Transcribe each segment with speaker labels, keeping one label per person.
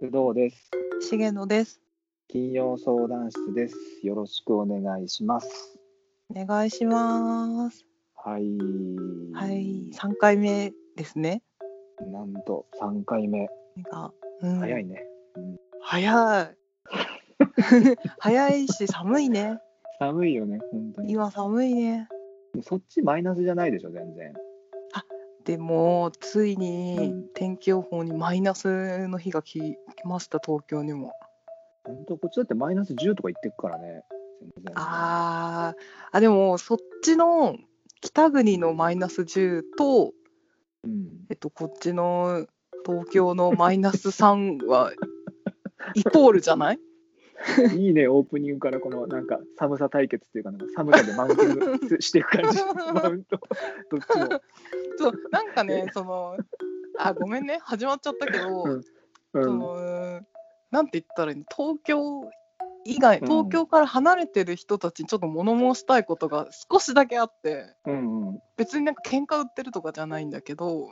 Speaker 1: 不動です。
Speaker 2: 重野です。
Speaker 1: 金曜相談室です。よろしくお願いします。
Speaker 2: お願いします。
Speaker 1: はい。
Speaker 2: はい、三回目ですね。
Speaker 1: なんと三回目。
Speaker 2: が、うん
Speaker 1: 早いね。
Speaker 2: 早い。 早いし寒いね。
Speaker 1: 寒いよね、本当に。
Speaker 2: 今寒いね。
Speaker 1: そっちマイナスじゃないでしょ、全然。
Speaker 2: でもついうに
Speaker 1: ん
Speaker 2: 天気予報にマイナスの日がき来ました東京にも。
Speaker 1: 本当こっちだってマイナス10とか言ってくからね。全然。
Speaker 2: あーあでもそっちの北国のマイナス10と
Speaker 1: うん。
Speaker 2: えっとこっちの東京のマイナス3はイコールじゃない？
Speaker 1: いいね、オープニングからこのなんか寒さ対決っていうか、なんか寒さでマウンティングしていく感じ。マウント。どっちも。
Speaker 2: そうなんかねそのあごめんね始まっちゃったけど、
Speaker 1: うん
Speaker 2: そうのなんて言ったらいいの東京以外
Speaker 1: うん
Speaker 2: 東京から離れてる人たちにちょっと物申したいことが少しだけあって
Speaker 1: ん。うん。
Speaker 2: 別になんか喧嘩売ってるとかじゃないんだけど、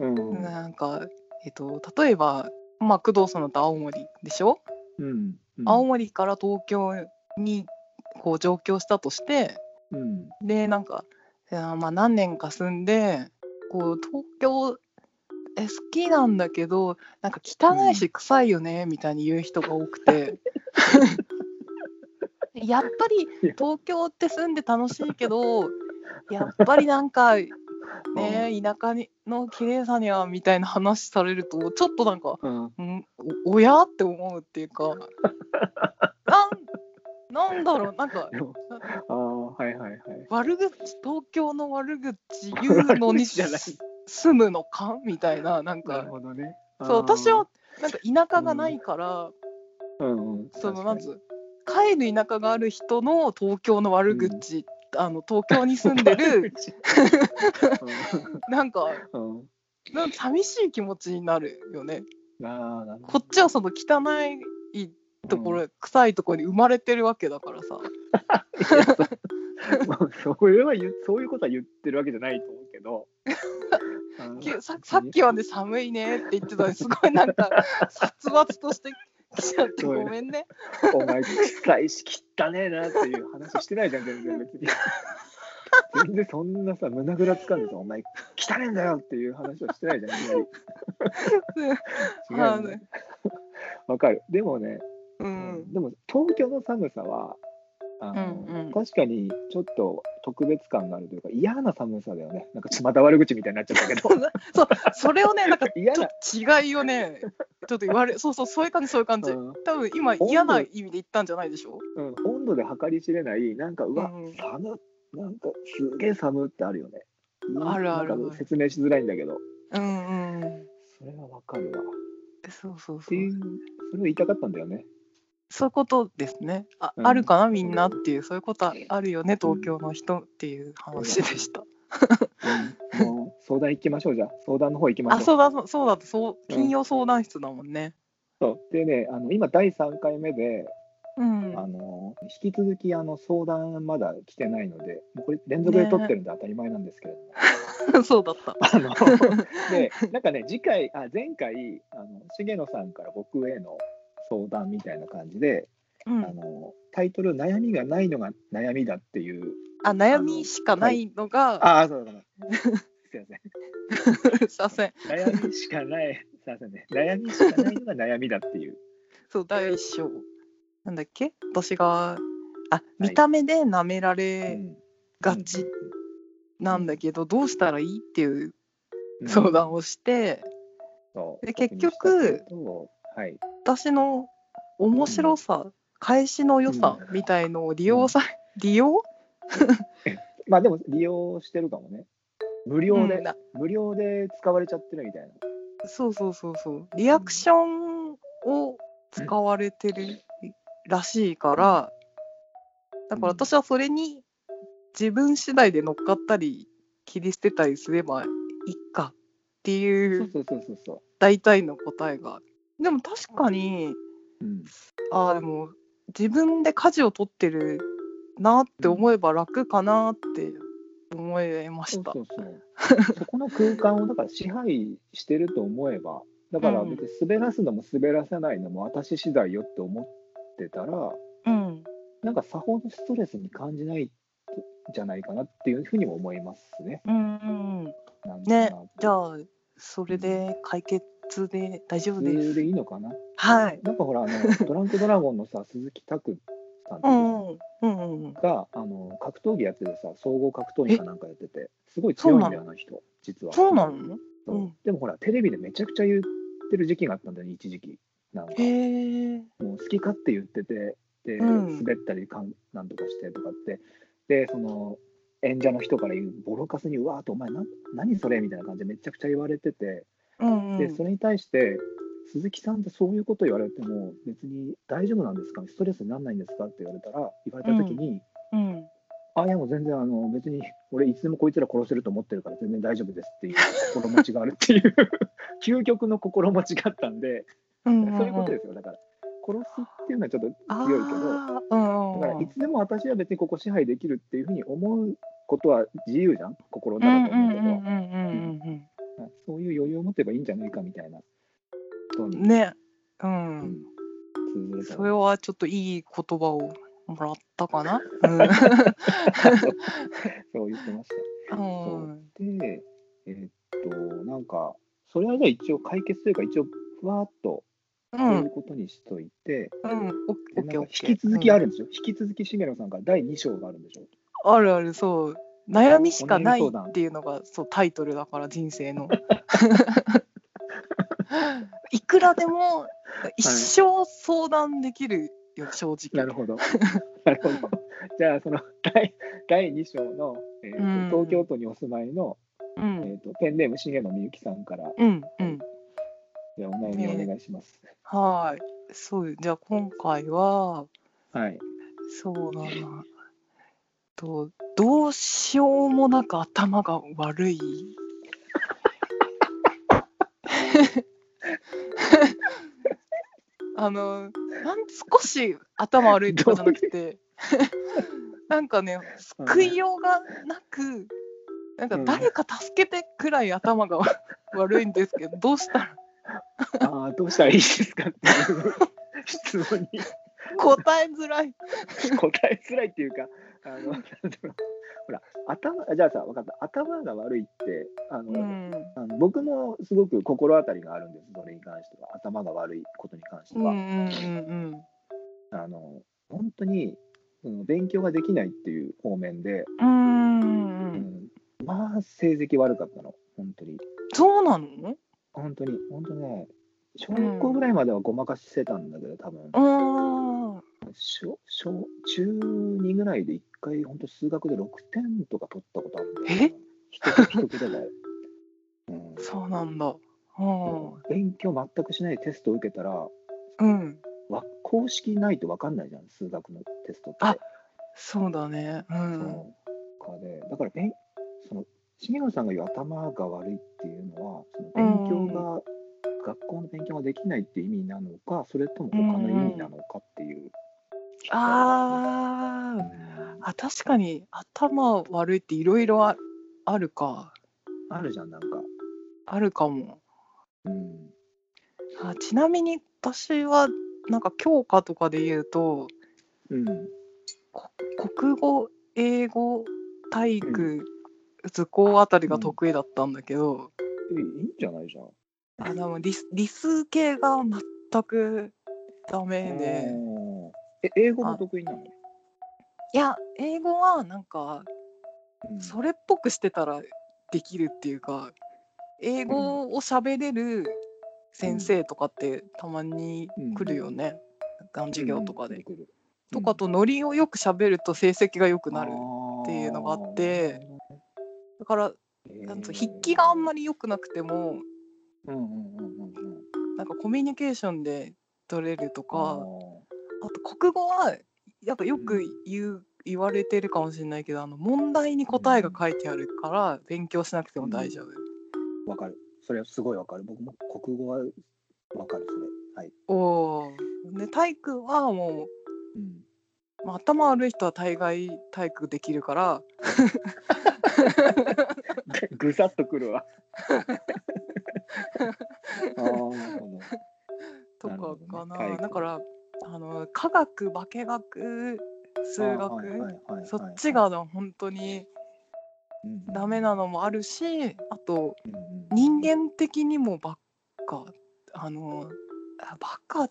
Speaker 1: うん。うん。
Speaker 2: なんか、えっと例えば、まあ、工藤さんだと青森でしょ、
Speaker 1: うん。
Speaker 2: 青森から東京にこう上京したとして、
Speaker 1: うん。
Speaker 2: でなんかいやまあ何年か住んでこう東京え好きなんだけどなんか汚いし臭いよね、みたいに言う人が多くて やっぱり東京って住んで楽しいけどやっぱりなんかね田舎にの綺麗さにはみたいな話されるとちょっとなんか
Speaker 1: うん。
Speaker 2: んおおやって思うっていう かなんなんだろうなんか
Speaker 1: ああ、はいはいはい。
Speaker 2: 悪口東京の悪口言うの
Speaker 1: 悪口
Speaker 2: に
Speaker 1: じゃない
Speaker 2: す住むのかみたいななん
Speaker 1: なる
Speaker 2: か
Speaker 1: ほどね。
Speaker 2: そ
Speaker 1: あ
Speaker 2: う
Speaker 1: ー
Speaker 2: 私は、なんか田舎がないから、
Speaker 1: うんうん、
Speaker 2: その
Speaker 1: 確か
Speaker 2: ま
Speaker 1: に
Speaker 2: ず帰る田舎がある人の東京の悪口、あの東京に住ん でるなんか
Speaker 1: うんうん
Speaker 2: なんか寂しい気持ちになるよね。
Speaker 1: あーなるほ
Speaker 2: こっちはその汚い
Speaker 1: ど
Speaker 2: ところ、臭いところに生まれてるわけだからさ。
Speaker 1: うんまあそれは言うそういうことは言ってるわけじゃないと思うけどうん
Speaker 2: きささっきはね寒いねって言ってたのにすごいなんか殺伐としてきちゃって
Speaker 1: そうよ
Speaker 2: ごめん ね。
Speaker 1: お前臭いし汚ねえなっていう話してないじゃん全然別 に全然そんなさ胸ぐらつかんでさお前汚ねえんだよっていう話はしてないじゃんい きなり違うよねわかるでもね
Speaker 2: うん
Speaker 1: でも東京の寒さはあの、
Speaker 2: うんうん
Speaker 1: 確かにちょっと特別感があるというか嫌な寒さだよねなんかちまた悪口みたいになっちゃ ったけど
Speaker 2: そうそれ をねなんか
Speaker 1: 嫌
Speaker 2: ちょ
Speaker 1: な
Speaker 2: っ、と違いをねちょっと言われそうそうそういう感じそういう感
Speaker 1: う
Speaker 2: じ、
Speaker 1: ん
Speaker 2: 多分今
Speaker 1: 度
Speaker 2: 嫌な意味で言ったんじゃないでしょ
Speaker 1: うん、温度で計り知れないなんかうわ、
Speaker 2: うん
Speaker 1: 寒っなんかすげえ寒ってあるよね
Speaker 2: あるある
Speaker 1: なんか説明しづらいんだけど
Speaker 2: うんうん
Speaker 1: それはわかるわっ
Speaker 2: そうそうそ
Speaker 1: ていううそれを言いたかったんだよね
Speaker 2: そういうことですねあ,、
Speaker 1: うん
Speaker 2: あるかなみんなっていうそういうことああるよね東京の人っていう話でした、
Speaker 1: うんもう相談行きましょうじゃあ相談の方行きましょ
Speaker 2: あ
Speaker 1: う
Speaker 2: そうだそうそうだそう
Speaker 1: うん
Speaker 2: 金曜相談室だもんね
Speaker 1: そうでねあの今第3回目で
Speaker 2: うん
Speaker 1: あの引き続きあの相談まだ来てないので、もうこれ連続で撮ってるんで当たり前なんですけれ ども、
Speaker 2: そうだった
Speaker 1: あのでなんかね次回あ前回あの重野さんから僕への相談みたいな感じで、
Speaker 2: うん
Speaker 1: あのタイトル「悩みがないのが悩みだ」っていう
Speaker 2: あ悩みしかないのが、
Speaker 1: ああそうだなすいま
Speaker 2: すいません
Speaker 1: せん悩みしかないすいませんね悩みしかないのが悩みだっていう
Speaker 2: そう第一章なんだっけ私があ見た目で舐められがちなんだけど、どうしたらいいっていう相談をして、
Speaker 1: そう
Speaker 2: で結局はい私の面白さ、返しの良さみたいのを利用さ、 利用
Speaker 1: まあでも利用してるかもね無料で、
Speaker 2: うんな
Speaker 1: 無料で使われちゃってるみたいな。
Speaker 2: そうそうそうそうリアクションを使われてるらしいからだから私はそれに自分次第で乗っかったり切り捨てたりすればいいかってい
Speaker 1: そう
Speaker 2: う
Speaker 1: そうそうそうそ
Speaker 2: 大体の答えがでも確かに
Speaker 1: う。うん。
Speaker 2: ああでも自分で舵を取ってるなって思えば楽かなって思いま
Speaker 1: そ
Speaker 2: し
Speaker 1: う
Speaker 2: た
Speaker 1: そうそう。そこの空間をだから支配してると思えばだから
Speaker 2: うん
Speaker 1: 別に滑らすのも滑らせないのも私次第よって思ってたら
Speaker 2: うん。
Speaker 1: なんかさほどストレスに感じないんじゃないかなっていうふうにも思いますね。
Speaker 2: うんうんうん。
Speaker 1: なんとな
Speaker 2: ね
Speaker 1: く、
Speaker 2: じゃあ、それで解決で大丈夫で
Speaker 1: 普通
Speaker 2: す。
Speaker 1: でいいのかな
Speaker 2: はい。
Speaker 1: なんかほらあのドランクドラゴンのさ鈴木拓さんって
Speaker 2: う
Speaker 1: いうん
Speaker 2: うん。うんうん。
Speaker 1: があの格闘技やっててさ総合格闘技かなんかやっててすごい強いんだよあの人実は
Speaker 2: そうなの
Speaker 1: そう
Speaker 2: うん
Speaker 1: でもほらテレビでめちゃくちゃ言ってる時期があったんだよね一時期なんか
Speaker 2: へえ。
Speaker 1: もう好き勝手言っててで、
Speaker 2: うん
Speaker 1: 滑ったりかんなんとかしてとかってでその演者の人から言うボロカスに「うわーってお前な何それ」みたいな感じでめちゃくちゃ言われてて
Speaker 2: うんう
Speaker 1: でそ
Speaker 2: ん。
Speaker 1: れに対して鈴木さんってそういうこと言われても別に大丈夫なんですかストレスにならないんですかって言われたら言われた時に、
Speaker 2: うん。
Speaker 1: あいやもう全然あの別に俺いつでもこいつら殺せると思ってるから全然大丈夫ですっていう心持ちがあるっていう 究極の心持ちがあったんで
Speaker 2: うんうんん。
Speaker 1: そういうことですよだから殺すっていうのはちょっと
Speaker 2: あ
Speaker 1: 強いけど
Speaker 2: ーうんうん
Speaker 1: だから
Speaker 2: うん
Speaker 1: いつでも私は別にここ支配できるっていうふうに思うことは自由じゃん心の中で思うけど、
Speaker 2: うんうんうんうん
Speaker 1: そういう余裕を持てばいいんじゃないかみたいなこと
Speaker 2: う
Speaker 1: に
Speaker 2: んね
Speaker 1: う
Speaker 2: う
Speaker 1: ん
Speaker 2: ん
Speaker 1: 通ずると
Speaker 2: それ
Speaker 1: 思う
Speaker 2: はちょっといい言葉をもらった かなうん
Speaker 1: そう言ってました
Speaker 2: う
Speaker 1: そ
Speaker 2: ん
Speaker 1: うで、えーっとなんかそれはじゃあ一応解決というか一応ふわーっと
Speaker 2: う
Speaker 1: そうい
Speaker 2: ん
Speaker 1: うことにしといて、
Speaker 2: うんオッオッ
Speaker 1: で
Speaker 2: ケー
Speaker 1: な
Speaker 2: オ
Speaker 1: ん
Speaker 2: ッ
Speaker 1: か
Speaker 2: ケー
Speaker 1: 引き続きあ
Speaker 2: る
Speaker 1: るんですよ、引き続き重野さんから第2章があるんでしょ
Speaker 2: あるあるそう悩みしかない
Speaker 1: お悩み相談
Speaker 2: っていうのがそうタイトルだから人生の いくらでも一生相談できるよ正直
Speaker 1: なるほど なるほどじゃあその第第2章の、えーっと
Speaker 2: うん
Speaker 1: 東京都にお住まいの、
Speaker 2: う
Speaker 1: え
Speaker 2: ん
Speaker 1: ーっとペンネーム重野みゆきさんから
Speaker 2: うんうん
Speaker 1: じゃあお悩みお願いします、
Speaker 2: はいそうじゃあ今回は
Speaker 1: はい
Speaker 2: そうだな。とどうしようもなく頭が悪 い。あのなん少し頭悪いとかじゃなくてなんかね救いようがなくなんか誰か助けてくらい頭が悪いんです けどどうしたら
Speaker 1: ああどうしたらいいですかっていう質問に
Speaker 2: 答えづらい。
Speaker 1: 答えづらいっていうか、あの、なんだろうほら、頭、じゃあさ、分かった、頭が悪いって、あの、
Speaker 2: うん
Speaker 1: あの僕もすごく心当たりがあるんです、それに関しては、頭が悪いことに関して
Speaker 2: うん
Speaker 1: は、
Speaker 2: うんうん
Speaker 1: あの、本当に、うん勉強ができないっていう方面で、
Speaker 2: うんうんうんうん
Speaker 1: うんまあ、成績悪かったの、本当に、
Speaker 2: そうなの
Speaker 1: 本当に、本当ね、小学校ぐらいまではごまかしてたんだけど、多分
Speaker 2: う、ーん。
Speaker 1: 小、小、中2ぐらいで一回、本当数学で6点とか取ったことあるんだよ
Speaker 2: え
Speaker 1: な。一桁一桁だよ。うん
Speaker 2: そうなんだ。うん。
Speaker 1: 勉強全くしないでテストを受けたら、
Speaker 2: うん。
Speaker 1: わ公式ないと分かんないじゃん、数学のテストって。
Speaker 2: あそうだね。う。
Speaker 1: うんんかでだから勉、その、重野さんが言う頭が悪いっていうのは、その勉強が、学校の勉強ができないって意味なのか、それとも他の意味なのかっていう。
Speaker 2: あーあ、確かに頭悪いっていろいろああるか。
Speaker 1: あるじゃん、なんか。
Speaker 2: あるかも。
Speaker 1: うん。
Speaker 2: あちなみに私は、なんか教科とかで言うと、
Speaker 1: うん。
Speaker 2: こ国語、英語、体育、図工あたりが得意だったんだけど、
Speaker 1: えいいんじゃないじゃん。
Speaker 2: あでも理数理数系が全くダメで。
Speaker 1: うんえ、英語も得意なの
Speaker 2: いや英語はなんか
Speaker 1: うん
Speaker 2: それっぽくしてたらできるっていうか英語を喋れる先生とかってたまに来るよね、なんか授業とかで。
Speaker 1: うんうん
Speaker 2: とかとノリをよく喋ると成績が良くなる。
Speaker 1: って
Speaker 2: いうのがあって、だからなんつう筆記があんまり良くなくても
Speaker 1: り、うんうんうんうんうん、
Speaker 2: なんかコミュニケーションで取れると
Speaker 1: あ
Speaker 2: かあと国語はやっぱよく言う言われてるかもしれないけどあの問題に答えが書いてあるから勉強しなくても大丈夫。
Speaker 1: ーわかるそれはすごいわかる僕も国語はわかるそれはい、
Speaker 2: おーで体育はも
Speaker 1: うん、
Speaker 2: う、まあ、頭悪い人は大概体育できるから
Speaker 1: ぐさっとくるわああ、なるほど。
Speaker 2: と
Speaker 1: なるほ
Speaker 2: か
Speaker 1: どね
Speaker 2: かな
Speaker 1: 体育
Speaker 2: だからあの科学化学数学、
Speaker 1: あーはいはいはいはい
Speaker 2: そっちが、の本当に
Speaker 1: うん
Speaker 2: ダメ。なのもあるしあと
Speaker 1: うんうん
Speaker 2: 人間的にもばっかあのあバカ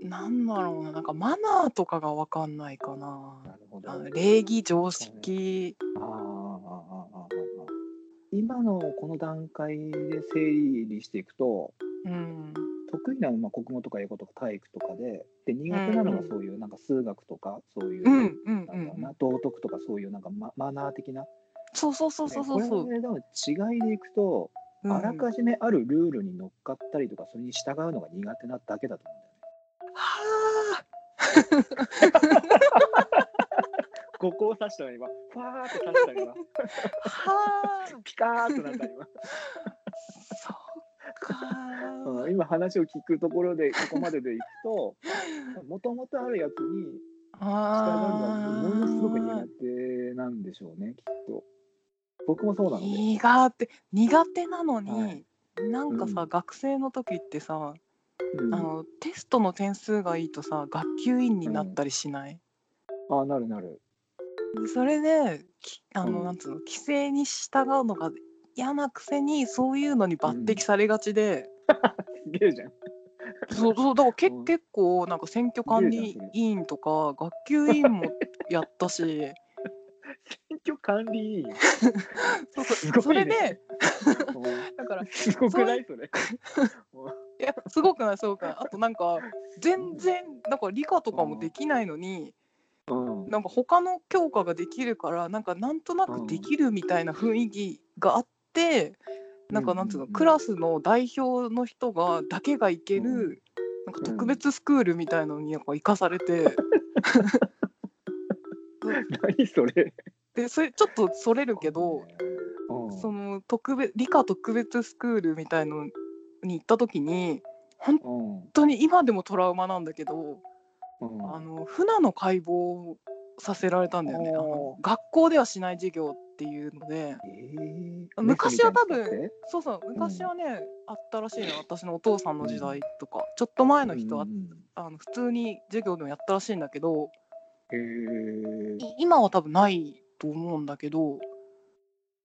Speaker 2: なんだろうななんかマナーとかが分かんないかな
Speaker 1: なるほど。
Speaker 2: あ
Speaker 1: あ
Speaker 2: の
Speaker 1: ー
Speaker 2: 礼儀常識
Speaker 1: あーあーあーあーあー今のこの段階で整理していくと、
Speaker 2: うん
Speaker 1: 得意なのはまあ国語とか英語とか体育とかで、で苦手なのがそういうなんか数学とかそういうう、
Speaker 2: んうん
Speaker 1: な
Speaker 2: う
Speaker 1: んだろうん
Speaker 2: う
Speaker 1: なん道徳とかそういうなんかママナー的な。
Speaker 2: そうそうそうそうそう
Speaker 1: ね
Speaker 2: そう
Speaker 1: これの違いでいくと、
Speaker 2: うん
Speaker 1: あらかじめあるルールに乗っかったりとかそれに従うのが苦手なだけだと思うんだよね。
Speaker 2: は
Speaker 1: ここを刺したの今、ファーって刺したの今、
Speaker 2: あはあ
Speaker 1: ピカーっとなった今。
Speaker 2: そっかー
Speaker 1: うん今話を聞くところでここまででいくと、もともとあるやつに従うのが
Speaker 2: あ
Speaker 1: ものすごく苦手なんでしょうね、きっと。僕もそうなので。
Speaker 2: 苦手苦手なのに、
Speaker 1: はい
Speaker 2: なんかさ、
Speaker 1: うん
Speaker 2: 学生の時ってさ、
Speaker 1: うん
Speaker 2: あのテストの点数がいいとさ学級委員になったりしない、
Speaker 1: あなるなる。
Speaker 2: それできあの、
Speaker 1: うん
Speaker 2: なんつうの規制に従うのが嫌なくせにそういうのに抜擢されがちで、
Speaker 1: すげえじゃん。
Speaker 2: そうそうだからけ、
Speaker 1: うん
Speaker 2: 結構なんか選挙管理委員とか学級委員もやった し
Speaker 1: 選挙管理委員。
Speaker 2: そうそう
Speaker 1: すごいね
Speaker 2: それで だから
Speaker 1: すごくないそれ。
Speaker 2: いやすごくないすごくないあとなんか全然なんか理科とかもできないのに
Speaker 1: うん
Speaker 2: なんか他の教科ができるからなんかなんとなくできるみたいな雰囲気があってなんかなんつうのクラスの代表の人がだけが行けるなんか特別スクールみたいのになんか行かされて
Speaker 1: 何それ。
Speaker 2: でそれちょっとそれるけど
Speaker 1: うん、
Speaker 2: その特別理科特別スクールみたいのに行った時に本
Speaker 1: うん
Speaker 2: 当に今でもトラウマなんだけど。
Speaker 1: うん
Speaker 2: あの船の解剖をさせられたんだよねあの
Speaker 1: お
Speaker 2: 学校ではしない授業っていうので
Speaker 1: えー
Speaker 2: 昔は多分
Speaker 1: メスみたいに使って
Speaker 2: そうそう昔はね、あったらしいの私のお父さんの時代とかちょっと前の人は、
Speaker 1: うんうん
Speaker 2: あの普通に授業でもやったらしいんだけど
Speaker 1: うんへえ
Speaker 2: い今は多分ないと思うんだけど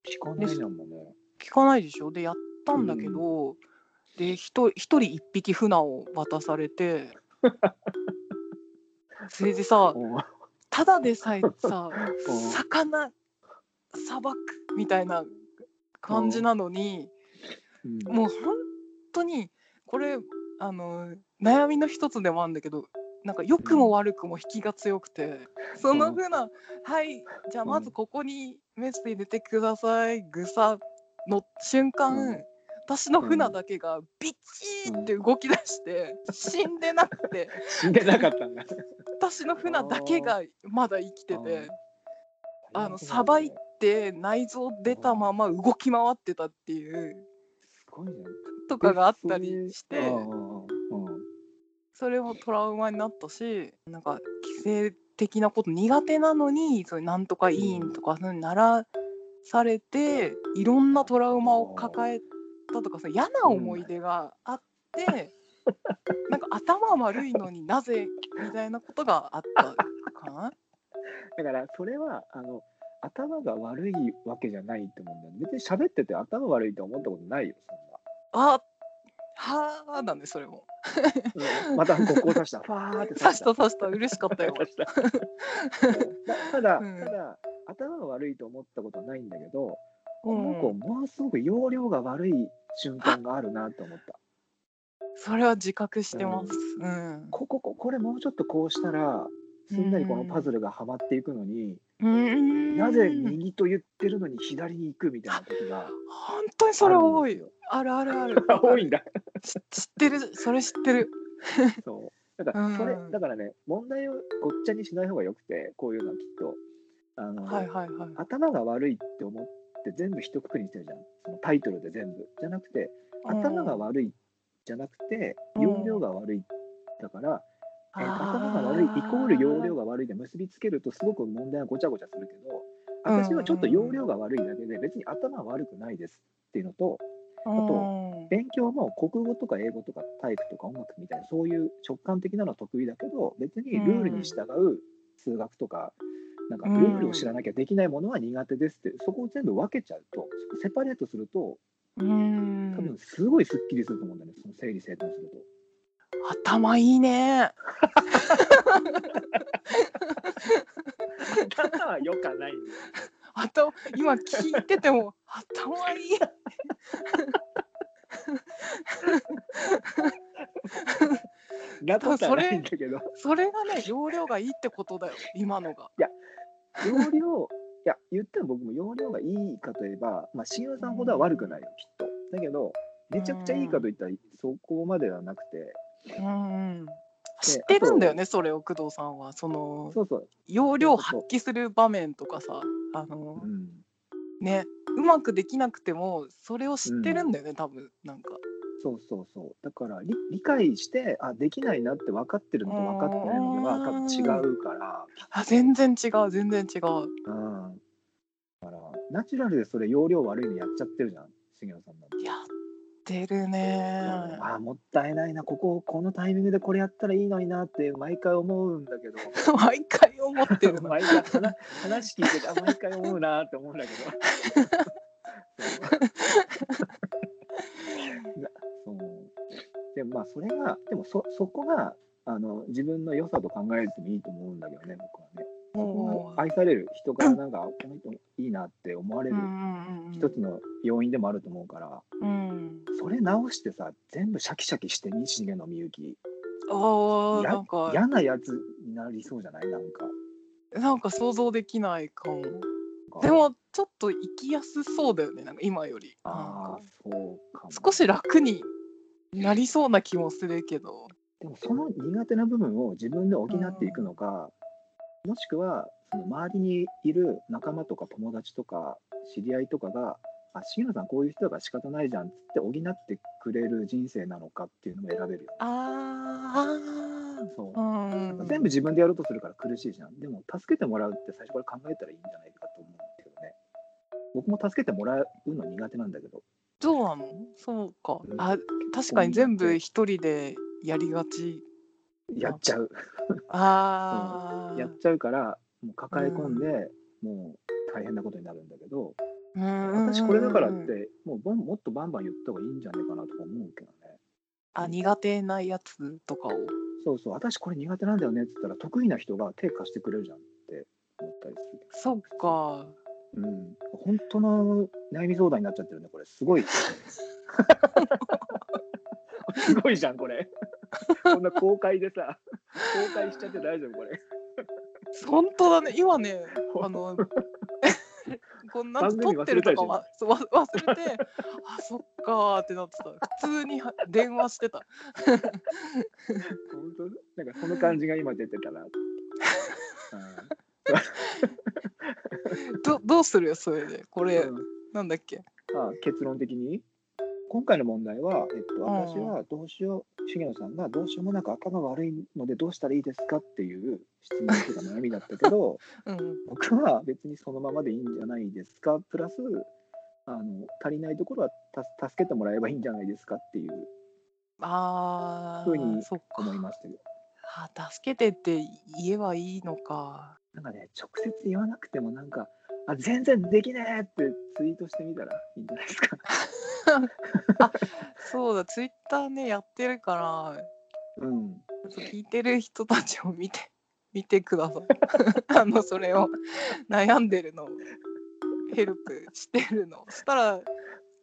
Speaker 1: 聞かないなんだね。
Speaker 2: 聞かないでしょでやったんだけど、でひと一人一匹船を渡さ れてそれでさ
Speaker 1: うん
Speaker 2: ただでさえさ
Speaker 1: うん
Speaker 2: 魚砂漠みたいな感じなのに
Speaker 1: うん
Speaker 2: もう本当にこれあの悩みの一つでもあるんだけどなんか良くも悪くも引きが強 くてそのふうな「はいじゃあまずここにメス入れてくださいぐさ」の瞬
Speaker 1: う
Speaker 2: 間
Speaker 1: ん
Speaker 2: 私の船だけがビチーって動き出して死んでなくて
Speaker 1: 死んでなかったんだ。
Speaker 2: 私の船だけがまだ生きてて。あのさばい
Speaker 1: す
Speaker 2: って内臓出たまま動き回ってたっていう
Speaker 1: ごいね。
Speaker 2: とかがあったりして
Speaker 1: うんうんうんうん
Speaker 2: それもトラウマになったしなんか規制的なこと苦手なのにそういうなんとか委員とかそういうのにならされていろんなトラウマを抱えたとかそういう嫌な思い出があって、なんか頭悪いのになぜみたいなことがあったかな。
Speaker 1: だからそれはあの頭が悪いわけじゃないと思うんだよ。別に喋ってて頭悪いと思ったことないよ
Speaker 2: あはあだねそれも。
Speaker 1: そんな。うんまたここを刺した。ファーって
Speaker 2: 刺した刺した嬉しかっ たよ。
Speaker 1: 刺したただ、
Speaker 2: うん
Speaker 1: ただ頭が悪いと思ったことはないんだけど、
Speaker 2: う
Speaker 1: この子
Speaker 2: ん、
Speaker 1: ものすごく容量が悪い瞬間があるなと思った。
Speaker 2: それは自覚してます。うん。
Speaker 1: ここここれもうちょっとこうしたらすんなりこのパズルがはまっていくのに、
Speaker 2: うん
Speaker 1: なぜ右と言ってるのに左に行くみたいな時が
Speaker 2: 本当にそれ多い。あるある ある。
Speaker 1: あ多いんだ。
Speaker 2: 知知ってる、それ知ってる。
Speaker 1: そうだからそれ、
Speaker 2: うん
Speaker 1: だからね問題をごっちゃにしない方がよくてこういうのはきっとあの、
Speaker 2: はいはいはい。
Speaker 1: 頭が悪いって思って全部一括りにしてるじゃんそのタイトルで全部じゃなくて頭が
Speaker 2: うん
Speaker 1: 悪いじゃなくて
Speaker 2: うん
Speaker 1: 容量が悪いだから、えーと頭が悪いイコール容量が悪いで結びつけるとすごく問題はごちゃごちゃするけど私はちょっと容量が悪いだけで別に頭悪くないですっていうのと
Speaker 2: うん
Speaker 1: 勉強も国語とか英語とか体育とか音楽みたいなそういう直感的なのは得意だけど別にルールに従う数学とか、なんかルールを知らなきゃできないものは苦手ですって、そこを全部分けちゃうとそこセパレートすると
Speaker 2: うん
Speaker 1: 多分すごいすっきりすると思うんだよね、その整理整頓する と。
Speaker 2: 頭いいね。
Speaker 1: 頭は良かないんだよ
Speaker 2: 頭今聞いてても頭いい。
Speaker 1: なことはないんだけど
Speaker 2: それがね容量がいいってことだよ今のが。
Speaker 1: 容量いや言ったら僕も容量がいいかといえばまあ信用さんほどは悪くないよきっとだけどめちゃくちゃいいかといったらそこまではなくて
Speaker 2: うん。知ってるんだよねそれを工藤さんはその
Speaker 1: そうそう、
Speaker 2: 容量発揮する場面とかさあの
Speaker 1: うん、
Speaker 2: ねうまくできなくてもそれを知ってるんだよね、多分なんか。
Speaker 1: そうそうそうだから理理解してあできないなって分かってるのと分かってないのでは多分違うから、
Speaker 2: あ全然違う全然違う。
Speaker 1: うん、だからナチュラルでそれ容量悪いのやっちゃってるじゃん重野さんなんて。
Speaker 2: やってるね。
Speaker 1: ああもったいないなこここのタイミングでこれやったらいいのになって毎回思うんだけど
Speaker 2: 毎回思っ てるな。
Speaker 1: 毎回話話聞いててあ毎回思うなって思うんだけどそうなそうでもまあそれがでもそそこがあの自分の良さと考えてもいいと思うんだけどね僕はね
Speaker 2: もう
Speaker 1: 愛される人からなんかこの人いいなって思われ
Speaker 2: う
Speaker 1: る
Speaker 2: んうんうん
Speaker 1: 一つの要因でもあると思うから
Speaker 2: うん。
Speaker 1: それ直してさ全部シャキシャキしてみ重野みゆき
Speaker 2: ああ
Speaker 1: や
Speaker 2: なんか
Speaker 1: 嫌なやつになりそうじゃないなんか
Speaker 2: なんか想像できないかも。
Speaker 1: なんか
Speaker 2: でもちょっと生きやすそうだよねなんか今よりなん
Speaker 1: ああ
Speaker 2: か
Speaker 1: そうかも
Speaker 2: 少し楽になりそうな気もするけど
Speaker 1: でもその苦手な部分を自分で補っていくのか、もしくはその周りにいる仲間とか友達とか知り合いとかが「あ椎名さんこういう人だから仕方ないじゃん」っつって補ってくれる人生なのかっていうのを選べるよね。
Speaker 2: あ
Speaker 1: そう
Speaker 2: うん
Speaker 1: 全部自分でやろうとするから苦しいじゃん。でも、助けてもらうって最初から考えたらいいんじゃないかと思うんだけどね。僕も助けてもらうの苦手なんだけど。
Speaker 2: どうなのそうか
Speaker 1: うん
Speaker 2: あ確かに全部一人でやりがち
Speaker 1: やっちゃう。
Speaker 2: ああ
Speaker 1: やっちゃうから、もう抱え込んで、もう大変なことになるんだけど、私これだからって、もうボンもっとバンバン言った方がいいんじゃないかなとか思うけどね。
Speaker 2: あ苦手なやつとかを
Speaker 1: そうそう、私これ苦手なんだよねって言ったら、得意な人が手貸してくれるじゃんって思ったりする。
Speaker 2: そっか
Speaker 1: うん、本当の悩み相談になっちゃってるね、これ、すごい。すごいじゃん、これ。こんな公開でさ、公開しちゃって大丈夫、これ。
Speaker 2: 本当だね今ねあの こんなの
Speaker 1: 番
Speaker 2: 撮
Speaker 1: 組忘れたりしない
Speaker 2: ってるとかはそうわ忘れてあそっかーってなってた普通には電話してた
Speaker 1: 本当なんかその感じが今出てたな。うん
Speaker 2: どどうするよそれでこれ
Speaker 1: うん
Speaker 2: なんだっけ
Speaker 1: まあ、結論的に今回の問題は、えっと、
Speaker 2: うん
Speaker 1: 私はどうしよう、重野さんがどうしようもなく頭悪いのでどうしたらいいですかっていう質問とか悩みだったけ ど、
Speaker 2: うん
Speaker 1: 僕は別にそのままでいいんじゃないですかプラスあの足りないところはた助けてもらえばいいんじゃないですかっていう
Speaker 2: あ
Speaker 1: ふうに
Speaker 2: ーそっか
Speaker 1: 思いましたよ
Speaker 2: あー助けてって言えばいいのか
Speaker 1: なんかね直接言わなくてもなんか「あ全然できねえ!」ってツイートしてみたらいいんじゃないです か
Speaker 2: そうだツイッターねやってるから
Speaker 1: うん
Speaker 2: ちょっと聞いてる人たちを見て 見てください あのそれを悩んでるのをヘルプしてるのそしたら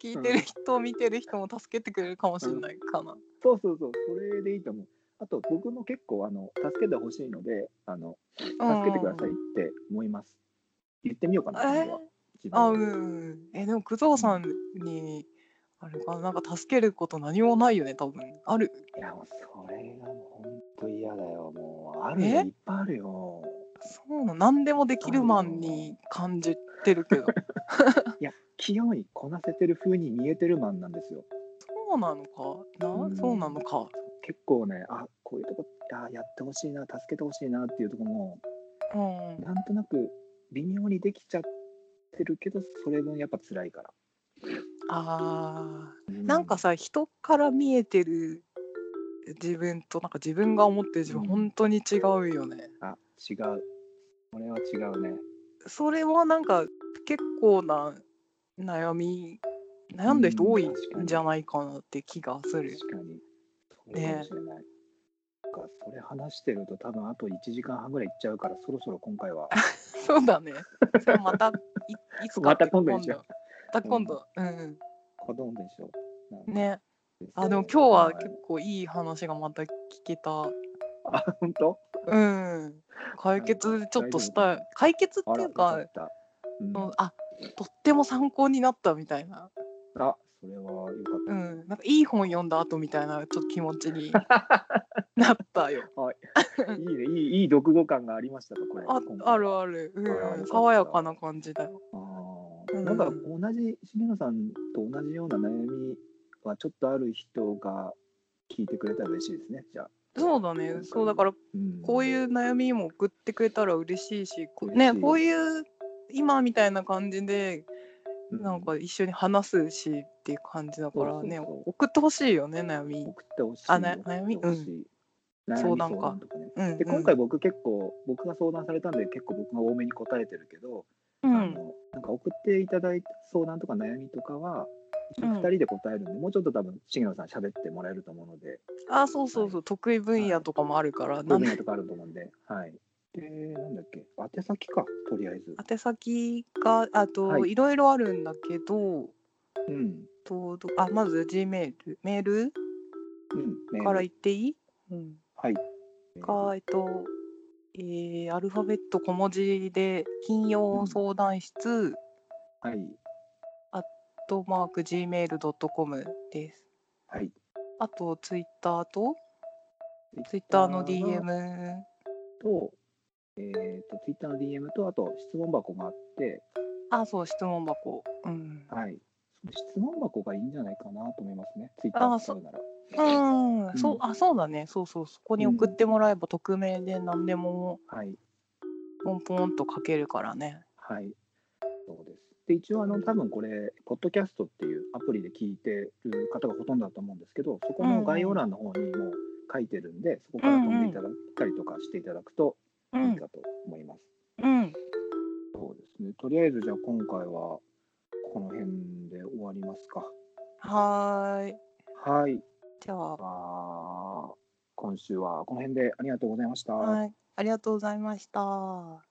Speaker 2: 聞いてる人、見てる人も助けてくれるかもしれないかな、
Speaker 1: そうそうそうそれでいいと思うあと僕も結構あの助けてほしいのであの助けてくださいって思います、言ってみようかな今
Speaker 2: えー
Speaker 1: 度は自
Speaker 2: あ
Speaker 1: 分
Speaker 2: う
Speaker 1: で
Speaker 2: んえでも工藤さんにあれかななんか助けること何もないよね多分ある
Speaker 1: いやもうそれがもう本当嫌だよもうあるよ
Speaker 2: え
Speaker 1: いっぱいあるよ
Speaker 2: そうなの何でもできるマンに感じてるけど
Speaker 1: いや、器用にこなせてる風に見えてるマンなんですよ。
Speaker 2: そうなのかな、
Speaker 1: うん
Speaker 2: そうなのか
Speaker 1: 結構ね、あこういうとこあやってほしいな、助けてほしいなっていうとこも、
Speaker 2: うん
Speaker 1: なんとなく微妙にできちゃってるけど、それ分やっぱ辛いから。
Speaker 2: あーなんかさ人から見えてる自分となんか自分が思ってる自分、
Speaker 1: うん
Speaker 2: 本当に違うよね
Speaker 1: あ違うこれは違うね
Speaker 2: それはなんか結構な悩み悩んでる人多いんじゃないかなって気がする、
Speaker 1: 確かにそうかもしれない、なんかそれ話してると多分あと1時間半ぐらいいっちゃうからそろそろ今回 は
Speaker 2: そうだねそれまたいいつか
Speaker 1: ま
Speaker 2: って
Speaker 1: た今度にしよう
Speaker 2: また今度うん、
Speaker 1: 子供でしょう
Speaker 2: ねあでも今日は結構いい話がまた聞けた
Speaker 1: あ本当
Speaker 2: うん解決ちょっとしたい解決っていう
Speaker 1: あ
Speaker 2: か
Speaker 1: よ
Speaker 2: ら
Speaker 1: かったうん
Speaker 2: うんあとっても参考になったみたいな、
Speaker 1: あそれはよかっ
Speaker 2: うん、なんかいい本読んだ後みたいなちょっと気持ち になったよ。
Speaker 1: た、 いいねいいいい読語感がありましたかこれ
Speaker 2: あ
Speaker 1: 今回
Speaker 2: あるある、
Speaker 1: あるあ
Speaker 2: うん、
Speaker 1: る
Speaker 2: 爽やかな感じだよ。
Speaker 1: あ
Speaker 2: う
Speaker 1: ー
Speaker 2: ん
Speaker 1: なんか同じ重野さんと同じような悩みはちょっとある人が聞いてくれたら嬉しいですねじゃあ、
Speaker 2: そうだねそうだから
Speaker 1: うん
Speaker 2: こういう悩みも送ってくれたら嬉しいしこ
Speaker 1: 嬉しい
Speaker 2: ねこういう今みたいな感じで
Speaker 1: う
Speaker 2: なんか一緒に話すしっていう感じだからね
Speaker 1: そうそうそう
Speaker 2: 送ってほしいよね悩み。
Speaker 1: 送ってほしい。
Speaker 2: あな悩み
Speaker 1: 送ってほしい
Speaker 2: ん
Speaker 1: 悩み
Speaker 2: 相談か
Speaker 1: とかね。
Speaker 2: うんうん
Speaker 1: で今回僕結構僕が相談されたんで結構僕が多めに答えてるけど、
Speaker 2: う
Speaker 1: あ
Speaker 2: ん
Speaker 1: のなんか送っていただいた相談とか悩みとかは一応
Speaker 2: うん
Speaker 1: 2人で答えるんで、もうちょっと多分重野さん喋ってもらえると思うので
Speaker 2: あそうそうそう得意分野とかもあるから、
Speaker 1: こう
Speaker 2: ないん
Speaker 1: う
Speaker 2: で
Speaker 1: のとかあると思うんで、はい。でなんだっけ宛先かとりあえず。
Speaker 2: 宛先があと、、
Speaker 1: はい
Speaker 2: ろいろあるんだけど
Speaker 1: うんうん
Speaker 2: とどあまず G メールメール
Speaker 1: メール
Speaker 2: から言っていい、うん、
Speaker 1: はい。
Speaker 2: がえっと、えー、アルファベット小文字で金曜相談室、
Speaker 1: はい
Speaker 2: とマーク Gmail.com です
Speaker 1: はい。
Speaker 2: あとツイッターとツイッターの DM
Speaker 1: と。えー、とツイッターの DM とあと質問箱があって、
Speaker 2: あそう質問箱うん、
Speaker 1: はい。質問箱がいいんじゃないかなと思いますね。ツイッタ
Speaker 2: あ
Speaker 1: ー
Speaker 2: ー
Speaker 1: 使うなら。
Speaker 2: うん
Speaker 1: ん
Speaker 2: そうあそうだねそうそうそこに送ってもらえば、匿名で何でも
Speaker 1: はい。
Speaker 2: ポンポンと書けるからね
Speaker 1: はい。そうです。で、一応、あの、多分これ、ポッドキャストっていうアプリで聞いてる方がほとんどだと思うんですけど、そこの概要欄の方にも書いてるんで、そこから飛んでいただいたりとかしていただくと
Speaker 2: う
Speaker 1: いい
Speaker 2: ん
Speaker 1: かと思います。
Speaker 2: うん
Speaker 1: そうですね。とりあえず、じゃあ今回はこの辺で終わりますか。
Speaker 2: はーい
Speaker 1: はい。
Speaker 2: じゃあ
Speaker 1: あー今週はこの辺でありがとうございました。
Speaker 2: はい、ありがとうございました。